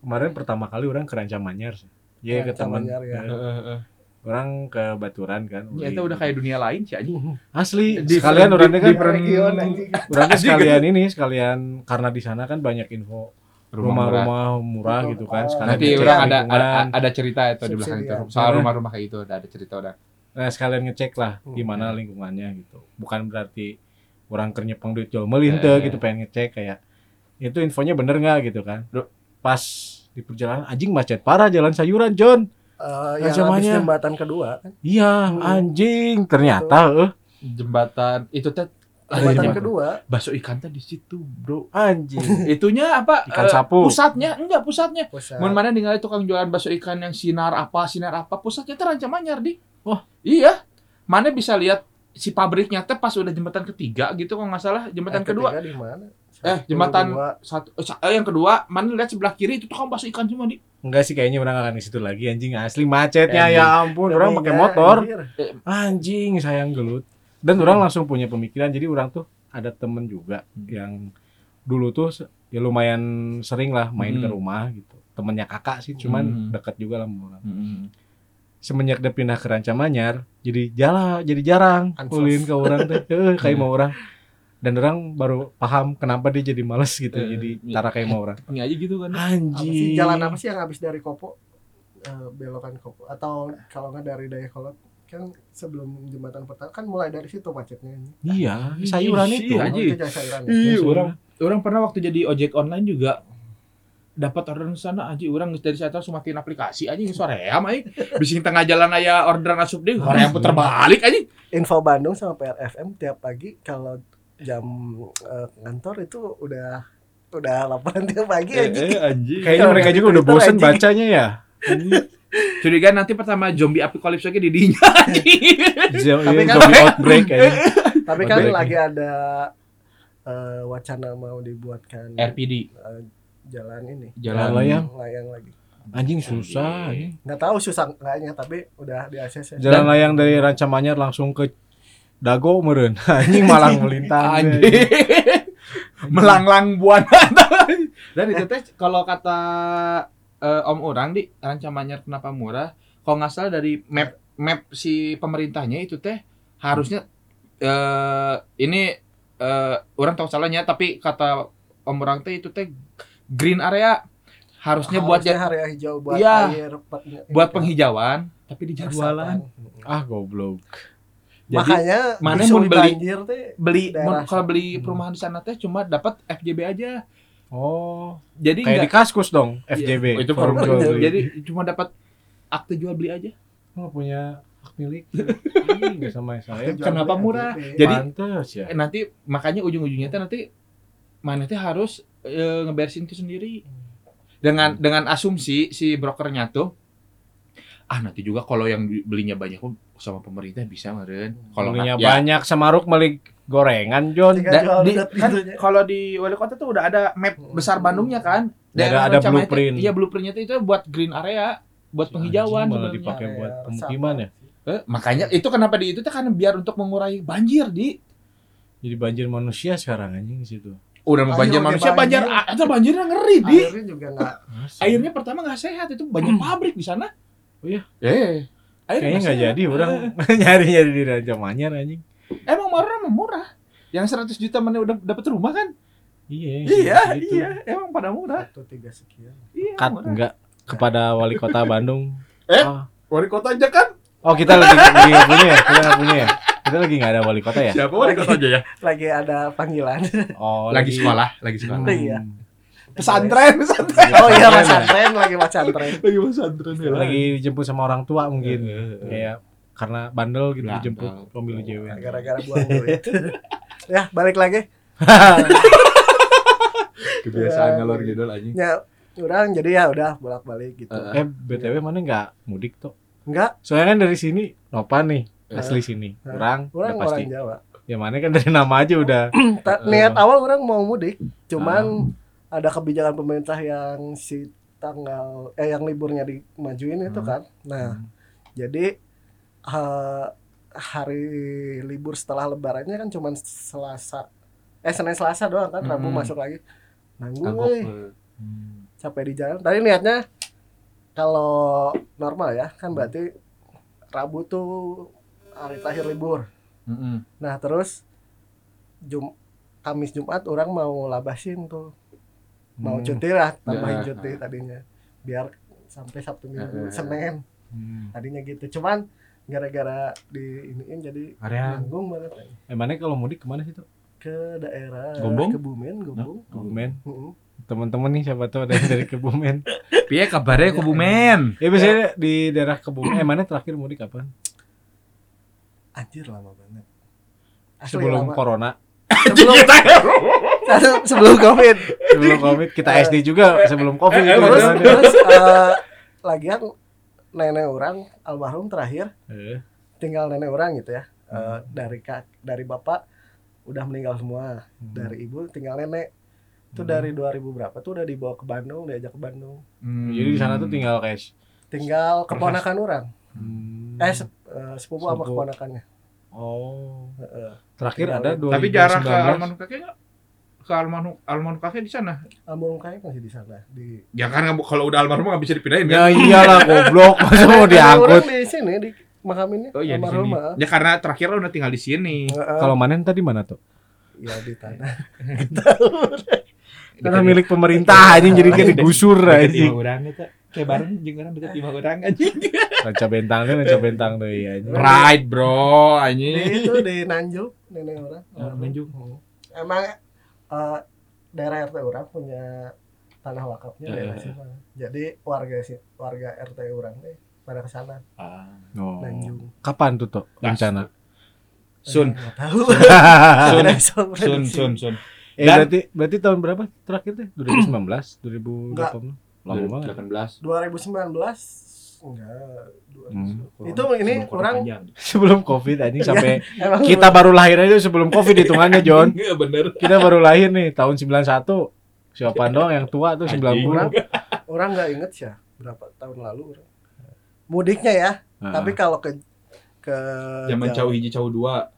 kemarin pertama kali orang ke Ranca Manyar sih. Iya
Ranca
ke teman.
Manyar, ya.
Eh, Orang ke Baturan kan.
ya
Uli.
itu udah kayak dunia lain cia anjing
Eh,
asli
Di-
sekalian
di- ya.
orangnya kan
di-
region anjing
orangnya
Anjing.
sekalian ini sekalian karena di sana kan banyak info rumah-rumah murah
Betul.
gitu kan
Ah.
sekalian
nanti
ngecek
orang ada, ada
lingkungan.
ada cerita itu di belakang
iya.
itu
Subsidian.
soal rumah-rumah kayak gitu ada cerita udah
nah sekalian ngecek lah
Hmm.
gimana lingkungannya gitu bukan berarti orang kerja duit jual melinte
Eh.
gitu pengen ngecek kayak itu infonya bener nggak gitu kan
Duh.
pas di perjalanan anjing macet parah jalan sayuran John
Eh,
Ranca
yang habis
Manyar.
jembatan kedua
iya
Hmm.
anjing ternyata eh
jembatan itu teh
Ada
jembatan
jembatan.
kedua
bakso ikan teh di situ bro
anjing
itunya apa
Ikan
eh,
sapu.
pusatnya enggak pusatnya
pusat
Mun mana ningali tukang jualan bakso ikan yang sinar apa sinar apa pusatnya teh Ranca Manyar di.
Wah.
Iya. Mana bisa lihat si pabriknya teh pas udah jembatan ketiga gitu kalau nggak salah jembatan
Eh,
kedua
ketiga di mana
Eh,
Satu,
jembatan-
dua.
satu eh, sa- eh, yang kedua mana lihat sebelah kiri itu tukang bakso ikan cuma di
enggak sih kayaknya orang nggak akan ke situ lagi anjing asli macetnya ya ampun orang
Ketiga,
pakai motor
iya, anjir.
anjing sayang gelut dan orang langsung punya pemikiran jadi orang tuh ada temen juga
Hmm.
yang dulu tuh se- ya lumayan sering lah main ke
Hmm.
rumah gitu temennya kakak sih cuman
Hmm.
dekat juga lah sama orang semenjak dia pindah ke Ranca Manyar jadi jala jadi jarang
Ansos.
Hmm.
ulin ke orang teh Eh, kayak mau orang dan orang baru paham kenapa dia jadi males gitu
Eh,
jadi
iya.
cara kayak mau orang
Ini aja gitu kan.
apa sih
anjing
jalan apa sih yang habis dari Kopo Eh, belokan Kopo atau kalau nggak dari Dayakolot kan sebelum jembatan pertama kan mulai dari situ macetnya ini
iya sayuran
Ih,
itu
iya,
Oh,
anjing.
itu jalan sayuran ya?
Iya,
Iya,
orang orang pernah waktu jadi ojek online juga dapat orderan sana aja orang dari saya terus matiin aplikasi aja nggak soream aja bising tengah jalan aja orderan asup deh soream puter balik aja
info Bandung sama PRFM tiap pagi kalau jam eh, kantor itu udah udah laporan tiap pagi
Iya.
aja
Eh, anjing
kayaknya mereka juga udah bosen bacanya ya
curiga nanti pertama zombie apocalypse lagi di dinya anjing
Tapi
Tapi kan-
zombie outbreak kayaknya.
tapi kan
Outbreak.
lagi ada eh, wacana mau dibuatkan
RPD
eh, jalan ini
Jalan layang.
layang lagi
Anjing susah. ya.
Iya.
anjing.
nggak tahu susah kayaknya tapi udah di ACC
Jalan
Dan-
layang dari Rancamanyar langsung ke Dago meureun. Anjing malang melintang.
anjing melanglang buana dan itu teh kalau kata eh, om orang di rancamannya kenapa murah kalau nggak salah dari map map si pemerintahnya itu teh harusnya eh ini eh orang tahu salahnya tapi kata om orang teh itu teh green area harusnya, buat
Harusnya
ja-
area hijau buat
Iya.
air pe-
buat penghijauan tapi di
resapan.
jadwalan
Ah goblok.
jadi
makanya
mana
di
mun
Sui
beli-
banjir teh
beli
daerah.
kalau beli
Hmm.
perumahan di sana teh cuma dapat FJB aja
Oh,
jadi
kayak di
nggak-
Kaskus dong,
Oh,
FJB.
itu
Forum Jual
forum jual beli.
Beli.
Jadi cuma dapat akte jual beli aja.
Oh, punya hak milik. Anjing, nggak sama saya.
Iya,
Jual
kenapa
beli
murah?
AJP.
Jadi-
Pantes ya.
Eh, nanti makanya ujung-ujungnya teh nanti mana teh harus eh, ngebersin itu sendiri. Dengan dengan asumsi si brokernya tuh ah nanti juga kalau yang di- belinya banyak pun sama pemerintah bisa meren.
Kalau
Kalau ya. nggak-
banyak semaruk melik gorengan John.
Tiga
Da-
jual
di-
dot
kan
pintunya.
kalau di wali kota tuh udah ada map besar Bandungnya kan.
Udah ada- ada
Rancamanya teh-
blueprint. Iya,
Iya blueprintnya tuh itu buat green area, buat
Anjing,
penghijauan.
malah
sebenarnya.
dipakai buat
Area
pemukiman
resapan.
ya.
Eh, makanya itu kenapa di itu teh karena biar untuk mengurangi banjir di.
Jadi banjir manusia sekarang anjing di situ.
Udah mau banjir
Ayo,
manusia, banjir,
banjir.
ada banjirnya ngeri, Di.
airnya juga nggak
Airnya pertama nggak sehat, itu banyak pabrik di sana.
Hmm. Oh iya?
Eh. Air
Kayaknya nggak
sehat.
jadi orang nyari-nyari di Rancamanyar anjing.
Eh, Emang murah emang murah. Yang 100 juta mana udah dapat rumah kan?
Iya,
Iya,
gitu.
iya, emang pada murah.
satu tiga sekian
Iya,
Cut
murah.
enggak kepada wali kota Bandung.
Eh?
Ah.
Wali kota aja kan?
Oh, kita lagi lagi nggak punya ya? Kita nggak punya ya? Kita lagi nggak ada wali kota ya?
Siapa wali kota aja ya?
lagi ada panggilan
Oh,
Lagi sekolah, lagi sekolah.
Hmm.
Iya.
Pesantren, pesantren.
oh iya mas antren lagi mas antren
Lagi pesantren ya.
Lagi dijemput sama orang tua mungkin.
Iya.
Kayak karena bandel gitu
Bandel.
dijemput pemilu JW.
gara-gara buang duit ya balik lagi
Kebiasaan ngalor ngidol anjing.
ya udah jadi ya udah bolak-balik gitu
eh,
Eh,
BTW mana nggak mudik tuh?
enggak
Soalnya kan dari sini Nopa nih,
Eh.
asli sini.
Eh.
Orang, udah
orang
pasti.
orang Jawa
Ya mana kan dari nama aja udah.
Ta-
Eh,
niat awal orang mau mudik, cuman ada kebijakan pemerintah yang si tanggal eh yang liburnya dimajuin itu
Hmm.
kan.
Iya.
Nah, jadi eh, hari libur setelah lebarannya kan cuman Selasa. Eh Senin Selasa doang kan, Rabu
Hmm.
masuk lagi. Nanggung
Kagok.
euy,
Hmm.
capek di jalan. Tadi niatnya kalau normal ya, kan berarti Rabu tuh hari terakhir libur.
Heeh.
Nah terus Jum Kamis Jumat orang mau labasin tuh mau
Hmm.
cuti lah
Ya,
tambahin cuti
ah.
tadinya biar sampai Sabtu
Eh,
Minggu
eh,
Senin
Hmm.
tadinya gitu cuman gara-gara di iniin jadi
Area
nanggung banget
Eh mana kalau mudik kemana sih tuh?
ke daerah
Gombong?
Kebumen Gombong
Kebumen.
Heeh.
Teman-teman nih siapa tuh ada yang dari Kebumen.
Piye kabarnya Kebumen?
Ya biasanya di daerah Kebumen. Eh mana terakhir mudik kapan?
anjir lama banget Asli
sebelum
lama.
corona
sebelum sebelum covid
sebelum covid kita
Eh,
SD juga sebelum covid
eh,
itu
terus
jalannya.
terus eh, lagian nenek orang almarhum terakhir
Eh,
tinggal nenek orang gitu ya
Hmm.
Eh, dari kak dari bapak udah meninggal semua
hmm.
dari ibu tinggal nenek itu
Hmm.
dari 2000 berapa tuh udah dibawa ke Bandung diajak ke Bandung
Hmm.
jadi di sana tuh tinggal cash
tinggal keponakan orang eh
Hmm.
sep- eh, sepupu sama
Sepupu.
keponakannya
oh
Heeh.
terakhir
Tinggal
ada
ini.
dua
Tapi jarak ke almarhum kakek nggak? Ke almarhum almarhum kakek di sana.
Almarhum kayak masih di sana di
Ya kan nggak- kalau udah almarhum nggak bisa dipindahin
ya
kan?
iyalah goblok masa mau
Nenek orang
diangkut
di sini di makam ini
Oh iya di
almarhum,
sini.
heeh.
Ya karena terakhir lo udah tinggal di sini.
Heeh.
kalau manen tadi mana tuh
ya di tanah
Karena milik pemerintah anjing jadi kayak digusur
lima
anjing.
orang itu kayak bareng jeung
kan,
orang deket lima orang anjing
Ranca bentang kan ranca bentang tuh iya anjing.
Right bro,
di
anjing.
itu di Nanjuk nenek orang
menjung
emang eh, daerah RT orang punya tanah wakafnya
Eh.
daerah situ. jadi warga sih warga RT orang deh pada kesana
Oh.
Nanjung
Kapan tuh tuh rencana?
sun
Iya.
Eh, nggak tahu
sun
Ada soal
sun
prediksi.
sun sun
eh
Dan-
berarti berarti tahun berapa terakhir teh? 2019, 2018. Lama
18
banget.
2019 enggak dua-
Hmm.
itu ini orang
panjang.
Iya,
Sebelum Covid anjing sampai
emang
kita baru lahir aja sebelum Covid hitungannya John.
Iya bener
Kita baru lahir nih tahun 91. Siapa doang yang tua tuh 90.
orang nggak inget ya berapa tahun lalu orang. mudiknya ya
Heeh.
tapi kalau ke ke
Ah. zaman
Jawa-
cau hiji cau dua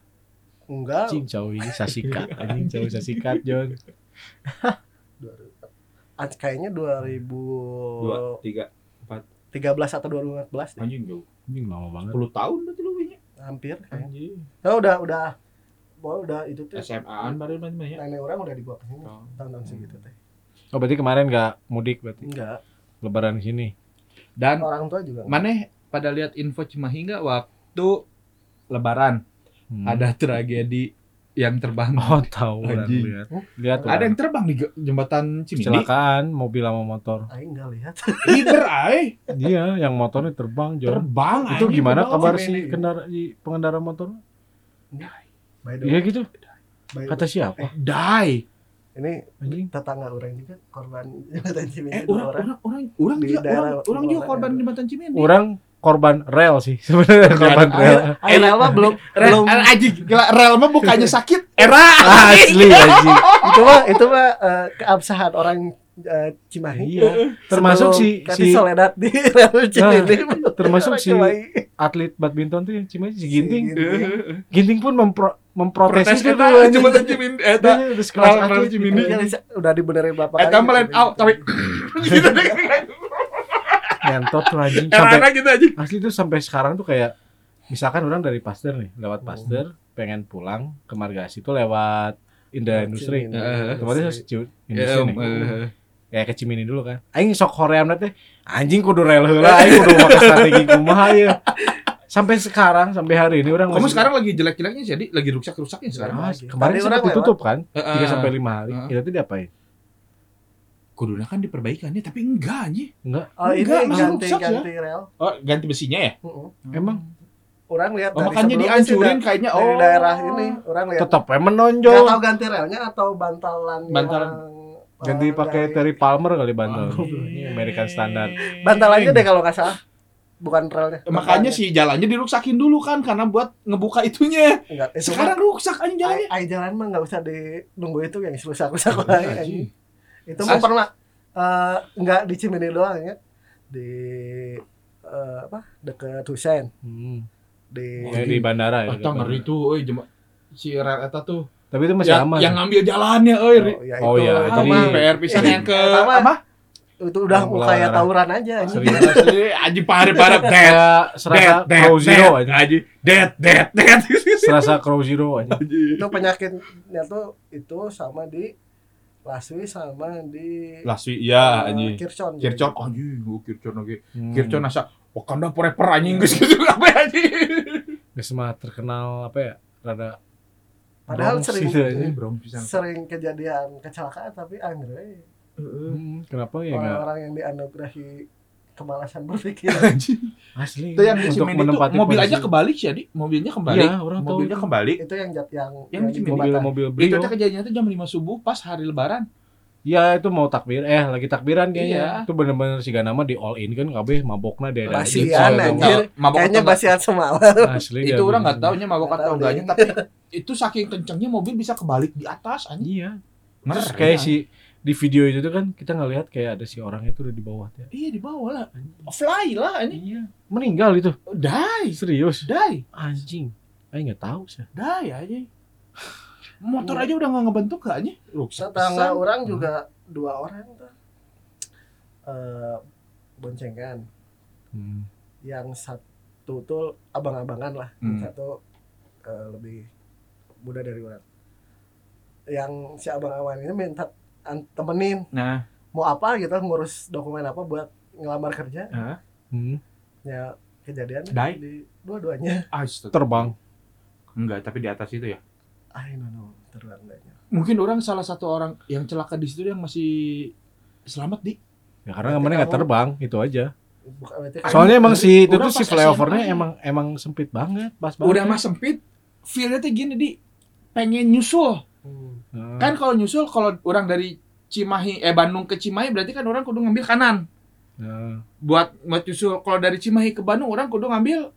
enggak
anjing jauh ini sasikat anjing jauh sasikat John.
Ah, kayaknya Oh.
dua
2013
tiga
atau 2014 deh.
anjing jauh
Anjing lama banget.
10 tahun berarti lu ini
hampir kayaknya.
anjing
Nah, udah udah Wah, udah itu tuh
SMA-an baru main main ya
nenek orang udah dibawa ke sini
Oh.
tahun-tahun segitu teh
Oh berarti kemarin nggak mudik berarti
enggak
lebaran sini.
Dan
Kan orang tua juga enggak.
maneh pada lihat info Cimahi nggak waktu Lebaran
Hmm.
ada tragedi yang terbang.
Oh tahu orang
Anjing.
lihat. Lihat
ada
orang.
yang terbang di ge- jembatan Cimini.
kecelakaan mobil sama motor.
Aing enggak lihat
Iber ai
Iya, yang motornya terbang John.
terbang.
itu
anjing,
gimana
terbang
kabar
Cimini.
si kendara si pengendara motor?
by the
Iya
way,
gitu.
by the way.
Kata siapa?
Eh, Die.
ini
Anjing.
tetangga orang juga korban jembatan Cimini
Eh
dua
orang
orang
orang orang orang
Di
juga
daerah
orang, orang juga
luar
korban
daerah.
jembatan Cimini.
Orang korban rel sih sebenarnya korban
ada-
rel.
Aing apa belum
Rel,
belum
rel aja, gila, rel mah bukannya sakit, era.
Asli anjing.
itu mah itu mah eh, keabsahan orang eh, Cimahi
Iya. Termasuk si
Kati
si
Soledad di Real Cimini
termasuk si-
Cimahi.
atlet badminton tuh yang Cimahi si Ginting.
Si Ginting.
Eh,
Ginting pun mempro memprotes
Protes
itu
kita
tuh anjing.
jembatan Cimini. Eh,
Dia udah sekelas
Rel- rel
atlet
Cimini.
gitu.
Iya, bisa- udah dibenerin berapa kali
Eta mah lain Eh, out, tapi gitu deh.
Ngentot tuh anjing sampai
Era gitu aja.
asli tuh sampai sekarang tuh kayak misalkan orang dari Pasteur nih lewat Pasteur pengen pulang ke Margasi tuh lewat Indah Industri
Heeh.
otomatis harus ciut
Ya,
industri
um,
nih
eh.
kayak ke Cimini dulu kan aing sok hoream teh anjing kudu rel heula aing kudu makan strategi kumaha ya sampai sekarang sampai hari ini orang
Kamu
masih-
sekarang lagi jelek-jeleknya jadi lagi rusak-rusaknya sekarang. Eh,
Ah,
Lagi.
kemarin
Tadi
sempat
orang
ditutup kan
Heeh.
3 sampai 5 hari
Heeh.
itu tuh diapain
Kuduna kan diperbaikannya tapi enggak anjing.
oh ini
Enggak, masih
ganti
rusak ya.
ganti rel
Oh, ganti besinya ya?
Heeh.
Emang?
orang lihat
Oh,
dari
makanya
sebelumnya
dihancurin
sih
kayaknya
da-
oh.
dari daerah ini orang lihat
tetap aja
nggak
menonjol
tahu ganti relnya atau bantalan
Bantalan.
yang,
ganti
eh,
pakai
dari-
Terry Palmer kali bantal
Anjing.
ini American
Eh.
standard
bantalannya deh kalau nggak salah bukan relnya
Eh, Makanya si jalannya diruksakin dulu kan karena buat ngebuka itunya.
Enggak, itu mah-
Sekarang rusak anjing
ai,
jalannya.
ai jalan mah nggak usah dinunggu itu yang rusak-rusak lagi anjing. itu mah
As-
pernah eh, nggak di Cimini doang ya di eh, apa deket Husein
Hmm.
di
Ya, di bandara ya.
Eta Ah, ngeri tuh euy jema- si rel eta tuh
Tapi itu masih
yang,
aman.
yang ngambil jalannya euy.
Oh, ya
Oh, iya,
Itu
Jadi-
mah PR pisan
Iya.
yang ke
Eta mah-
apa?
itu udah
Yang
mau
lawan
kayak
arah.
tawuran aja anjing.
Serius.
Aji pare-pare dead
Kayak serasa
dead
Crow Zero
dead,
aja.
aji dead dead dead
Serasa Crow Zero aja.
itu penyakitnya tuh itu sama di Laswi sama di
Laswi
eh,
ya aji
Kirchhoff.
Kircon anjing gua Kircon lagi
Hmm.
Kircon asa Wakanda forever anjing geus gitu apa aji
Geus mah terkenal apa ya? Rada
Padahal
Bronx
sering-
gitu aja.
bro pisan
sering kejadian kecelakaan tapi anggrek
Hmm, kenapa ya enggak?
orang-orang yang dianugerahi kemalasan berpikir
anjing
Asli.
itu yang di
untuk
Cimindi tuh
menempati
mobil
posisi-
aja kebalik sih Adi mobilnya
Iya,
kebalik
orang tahu.
mobilnya kebalik
itu yang jat yang
Yang di Cimindi.
jembatan.
Mobil-mobil
itu
beliau.
teh kejadiannya tuh jam 5 subuh pas hari lebaran
Iya, itu mau takbir. Eh, lagi takbiran
Iya.
kayaknya. Itu bener-bener si Ganama di all in kan kabeh mabokna dia. ada. Gitu,
Kasihan,
ada.
anjing. anjir.
mabok
kayaknya
atau enggak.
basian semalam
Asli.
itu
dia
orang nggak
begitu.
tahunya mabok
Nggak
atau
tahu
enggaknya tapi itu saking kencengnya mobil bisa kebalik di atas anjing
Iya. Terus
Ngeri,
kayak
anjing.
si di video itu tuh kan kita ngelihat kayak ada si orangnya tuh udah di bawah dia.
iya di bawah lah fly lah anjing
Iya. Meninggal itu.
die
Serius.
die
Anjing. Aing nggak tahu sih.
die anjing motor aja udah nggak ngebentuk gak anjing rusak
tetangga
pisan.
orang juga dua orang tuh eh boncengan
Hmm.
yang satu tuh abang-abangan lah
Hmm.
satu eh, lebih muda dari orang yang si abang awan ini minta an- temenin
Nah,
mau apa gitu ngurus dokumen apa buat ngelamar kerja
Hmm.
ya kejadian
Dai.
di dua-duanya
astaga.
terbang
Enggak, tapi di atas itu ya.
I don't know terbangnya
Mungkin orang salah satu orang yang celaka di situ yang masih selamat di.
ya karena kemarin nggak terbang itu aja
bukan berarti kan
soalnya emang si itu
Udah
tuh si
pas
flyovernya
SMA.
emang emang sempit banget pas banget
Udah mah sempit, feel-nya tuh gini di. Pengen nyusul.
Hmm.
Nah,
Kan kalau nyusul kalau orang dari Cimahi eh Bandung ke Cimahi berarti kan orang kudu ngambil kanan.
nah,
Buat buat nyusul kalau dari Cimahi ke Bandung orang kudu ngambil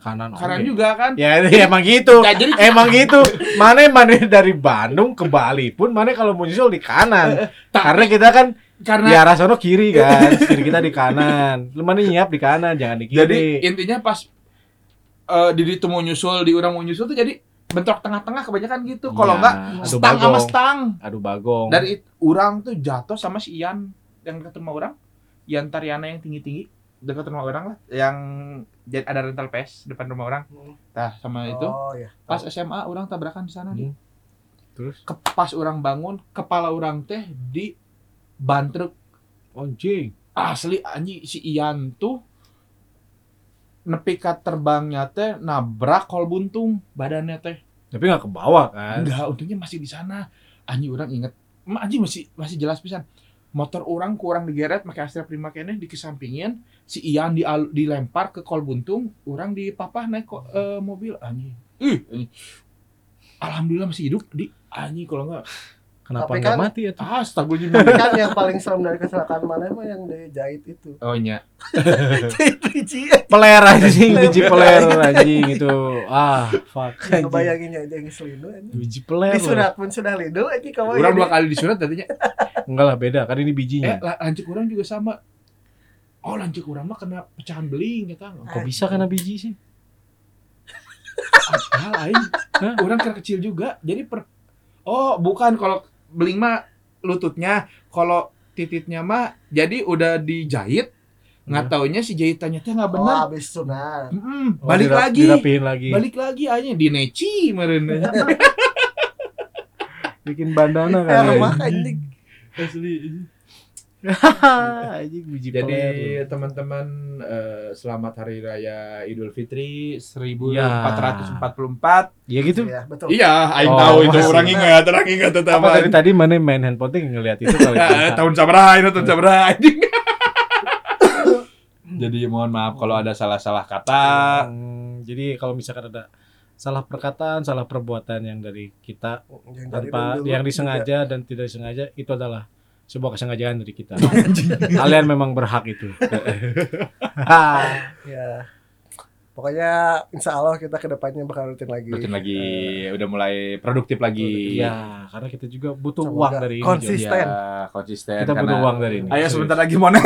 kanan
kanan
oke.
juga kan.
ya emang gitu
Nggak, jadi
emang gitu mana mana dari Bandung ke Bali pun mana kalau mau nyusul di kanan karena kita kan di
karena
arah sono kiri kan kiri kita di kanan lu mana nyiap di kanan jangan di kiri
Jadi intinya pas eh Didi tuh mau nyusul, di orang mau nyusul tuh jadi bentrok tengah-tengah kebanyakan gitu. Kalau
Iya,
enggak
aduh
stang sama
bagong
stang.
aduh bagong
Dari it- orang tuh jatuh sama si Ian yang dekat rumah orang. Ian Tariana yang tinggi-tinggi dekat rumah orang lah yang jadi ada rental PS depan rumah orang.
Hmm.
Nah, sama itu
oh ya
pas SMA orang tabrakan di sana. Di.
Hmm. terus
Ke- Pas orang bangun, kepala orang teh di ban truk
anjing
asli anji si Ian tuh nepi ka terbangnya teh nabrak kol buntung badannya teh
tapi nggak ke bawah kan
enggak untungnya masih di sana anji orang inget Ma, anji masih masih jelas pisan motor orang kurang digeret pakai Astra Prima kene dikesampingin si Ian dial- dilempar ke kol buntung orang dipapah naik ko- eh, mobil anji ih anji. alhamdulillah masih hidup di anji kalau enggak
kenapa
Tapi
nggak
kan-
mati ya tuh?
astagfirullah
kan yang paling serem dari kecelakaan mana mah yang dijahit itu
oh iya
peler anjing biji peler anjing itu ah fuck anjing
yang ngebayanginnya aja yang selidu aja
biji peler
di
lah.
surat pun sudah lidu aja
Oh,
kamu
Iya,
iya,
orang dua kali disurat tadinya
enggak lah beda kan ini bijinya
Eh, la- lancik orang juga sama. Oh, lancik orang mah kena pecahan beling ya, kata.
kok bisa kena biji sih
Apa Ah, lain? Hah? Orang kena kecil juga. Jadi per Oh, bukan kalau beling mah lututnya, kalau tititnya mah jadi udah dijahit. Nggak taunya si jahitannya teh nggak
benar
benar.
Oh, habis sunat
Mm-mm,
Oh,
balik
dirap-
lagi.
dirapihin lagi
Balik lagi aja di neci meureun.
bikin bandana
eh
kan
rumah anjing
Asli.
anjing biji
Jadi
peler
teman-teman eh, selamat hari raya Idul Fitri
Iya.
1444.
1444. ya gitu
ya betul
Iya, aing
Oh,
tahu itu
masih.
orang ingat, orang ingat tetap.
apa tadi tadi mana main handphone tuh ngeliat itu kali
Eh, tahun sabaraha itu tahun sabaraha
Iya.
anjing. Jadi mohon maaf kalau ada salah-salah kata.
Hmm, jadi kalau misalkan ada salah perkataan salah perbuatan yang dari kita
Oh, Yang dari
tanpa
dulu Iya.
yang
juga.
disengaja dan tidak disengaja itu adalah sebuah kesengajaan dari kita kalian memang berhak itu Ah,
ya pokoknya insya Allah kita kedepannya bakal rutin lagi
Rutin lagi udah mulai produktif lagi.
Iya, karena kita juga butuh
Semoga
uang dari ini. Jo.
konsisten.
Iya, konsisten.
Kita butuh
karena-
uang dari ini.
Ayo
Serius.
sebentar lagi monet.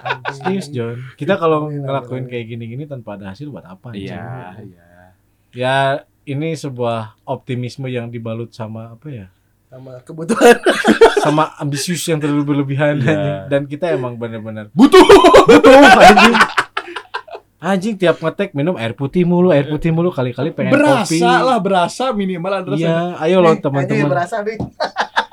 Anjing.
Serius John, kita kalau
Iya,
ngelakuin
iya.
kayak gini-gini tanpa ada hasil buat apa? anjing?
Iya, iya.
Ya ini sebuah optimisme yang dibalut sama apa ya?
sama kebutuhan
Sama ambisius yang terlalu berlebihan
Iya.
anjing. dan kita emang benar-benar
Butuh.
butuh anjing. Anjing tiap ngetek minum air putih mulu, air putih mulu kali-kali pengen kopi.
berasa lah, berasa Eh, minimal ada rasa.
Iya, ayo loh
Nih, anjing
teman-teman.
berasa nih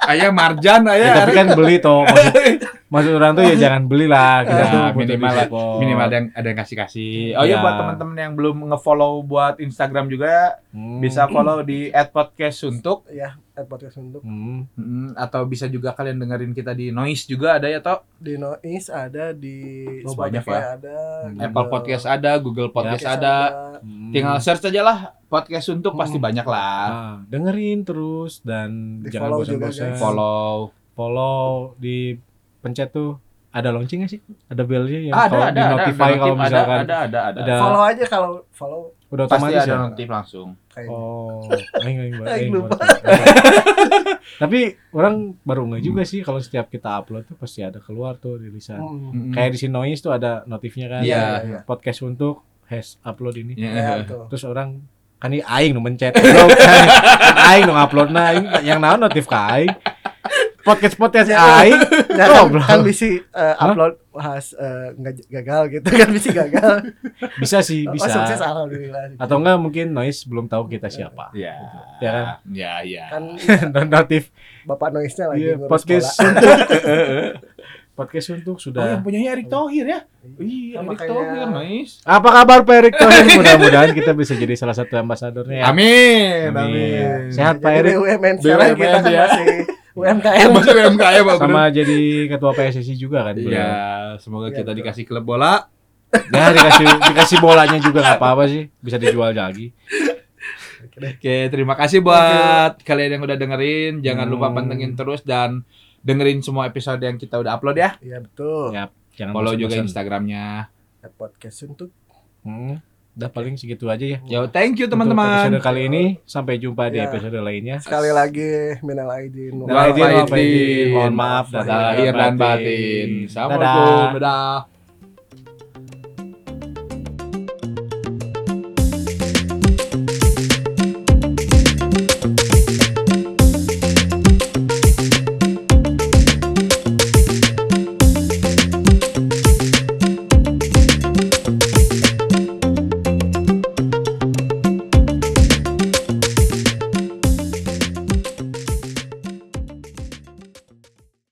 Ayah marjan,
Ya,
ayah.
tapi kan beli toh. Maksud, maksud orang tuh ya jangan belilah kita
Ya,
tuh butuh
minimal lah.
support.
minimal ada yang ada yang kasih kasih oh
Ya.
iya buat teman-teman yang belum ngefollow buat Instagram juga
Hmm.
bisa follow di @podcastuntuk
ya at podcast untuk
Hmm.
Mm, atau bisa juga kalian dengerin kita di Noise juga ada ya toh
di noise ada di
Oh, banyak
Spotify ada
Hmm.
Apple Podcast ada
Ya,
Google Podcast
Podcast
ada
Mm.
tinggal search aja lah podcast untuk pasti
Hmm.
banyak lah
Ah, dengerin terus dan
Di
jangan
follow
bosan-bosan
juga, guys.
follow
follow di pencet tuh ada lonceng nggak sih ada belnya yang
Ah,
kalau di notify
notif,
kalau misalkan
ada ada ada, ada.
ada-
follow aja kalau follow
udah
pasti
otomatis
ada
ya
notif langsung
kayaknya
oh aing aing baru-
Aing
aing
lupa.
baru- tapi orang baru nggak juga sih kalau setiap kita upload tuh pasti ada keluar tuh rilisan
Hmm.
kayak di Sinoise tuh ada notifnya kan
Iya.
iya.
podcast untuk has upload ini
Ya, betul.
terus orang kan ini aing nu mencet Bro, kan aing nu upload nah yang naon notif ka aing podcast podcast aing.
Nah, kan,
Goblok.
kan bisa eh, upload has eh, nggak j- gagal gitu kan bisa gagal.
Bisa sih,
Oh,
bisa.
sukses alhamdulillah.
Atau enggak mungkin noise belum tahu kita siapa.
Ya.
Ya kan?
Ya, ya.
kan
Dan notif
bapak noise-nya lagi
iya,
ngurus
podcast
bola.
untuk podcast
Oh,
untuk
yang
sudah.
punyanya Erick Thohir ya? Iya,
Sama
Erick
kayak-
Thohir, nice.
Apa kabar Pak Erick Thohir? Mudah-mudahan kita bisa jadi salah satu ambasadornya.
Ya.
Amin.
Amin. Amin.
Sehat Pak
Jadi
Erick
BUMN sekarang
BUMN
kita kan
ya.
masih
Iya,
UMKM.
Masuk UMKM ya, Pak.
sama jadi ketua PSSI juga kan. beliau.
Iya, semoga kita dikasih klub bola.
Ya dikasih dikasih bolanya juga nggak apa-apa sih, bisa dijual lagi.
Oke, terima kasih buat kalian yang udah dengerin. Jangan lupa
Hmm.
pantengin terus dan dengerin semua episode yang kita udah upload ya.
Iya betul. Eh,
Ya, jangan
Follow juga
bosan-bosan.
Instagramnya.
Podcast untuk
Hmm, udah paling segitu aja ya.
Yo, thank you
Untuk
teman-teman. Iya.
episode kali ini sampai jumpa di
Ya.
episode lainnya.
sekali lagi minal aidin
Dan
Wal
Aidin,
Faizin.
Mohon maaf dan
Lahir dan batin. Assalamualaikum. Dadah.